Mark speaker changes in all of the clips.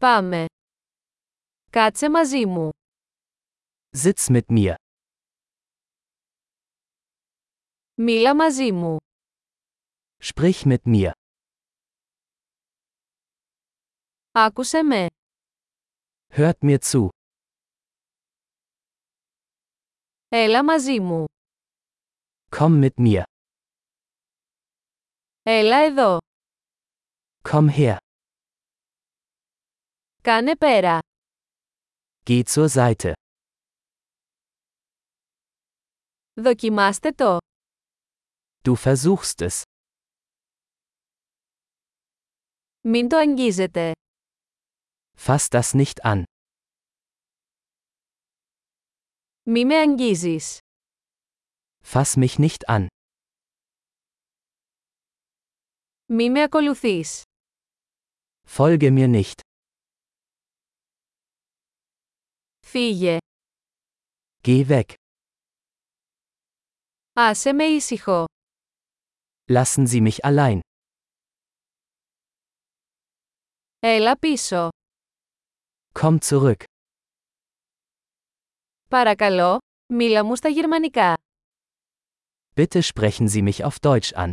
Speaker 1: Πάμε. Κάτσε μαζί μου.
Speaker 2: Sitz mit mir.
Speaker 1: Μίλα μαζί μου.
Speaker 2: Sprich mit mir.
Speaker 1: Άκουσε με.
Speaker 2: Hört mir zu.
Speaker 1: Έλα μαζί μου.
Speaker 2: Komm mit mir.
Speaker 1: Έλα εδώ.
Speaker 2: Komm her.
Speaker 1: Κάνε πέρα.
Speaker 2: Geh zur Seite.
Speaker 1: Δοκιμάστε το.
Speaker 2: Du versuchst es.
Speaker 1: Μην το αγγίζετε.
Speaker 2: Fass das nicht an.
Speaker 1: Μη με αγγίζεις.
Speaker 2: Fass mich nicht an.
Speaker 1: Μη με ακολουθείς.
Speaker 2: Folge mir nicht.
Speaker 1: Φύγε.
Speaker 2: Geh weg.
Speaker 1: Άσε με ήσυχο.
Speaker 2: Lassen Sie mich allein.
Speaker 1: Έλα πίσω.
Speaker 2: Komm zurück.
Speaker 1: Παρακαλώ, μίλα μου στα γερμανικά.
Speaker 2: Bitte sprechen Sie mich auf Deutsch an.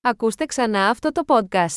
Speaker 1: Ακούστε ξανά αυτό το podcast.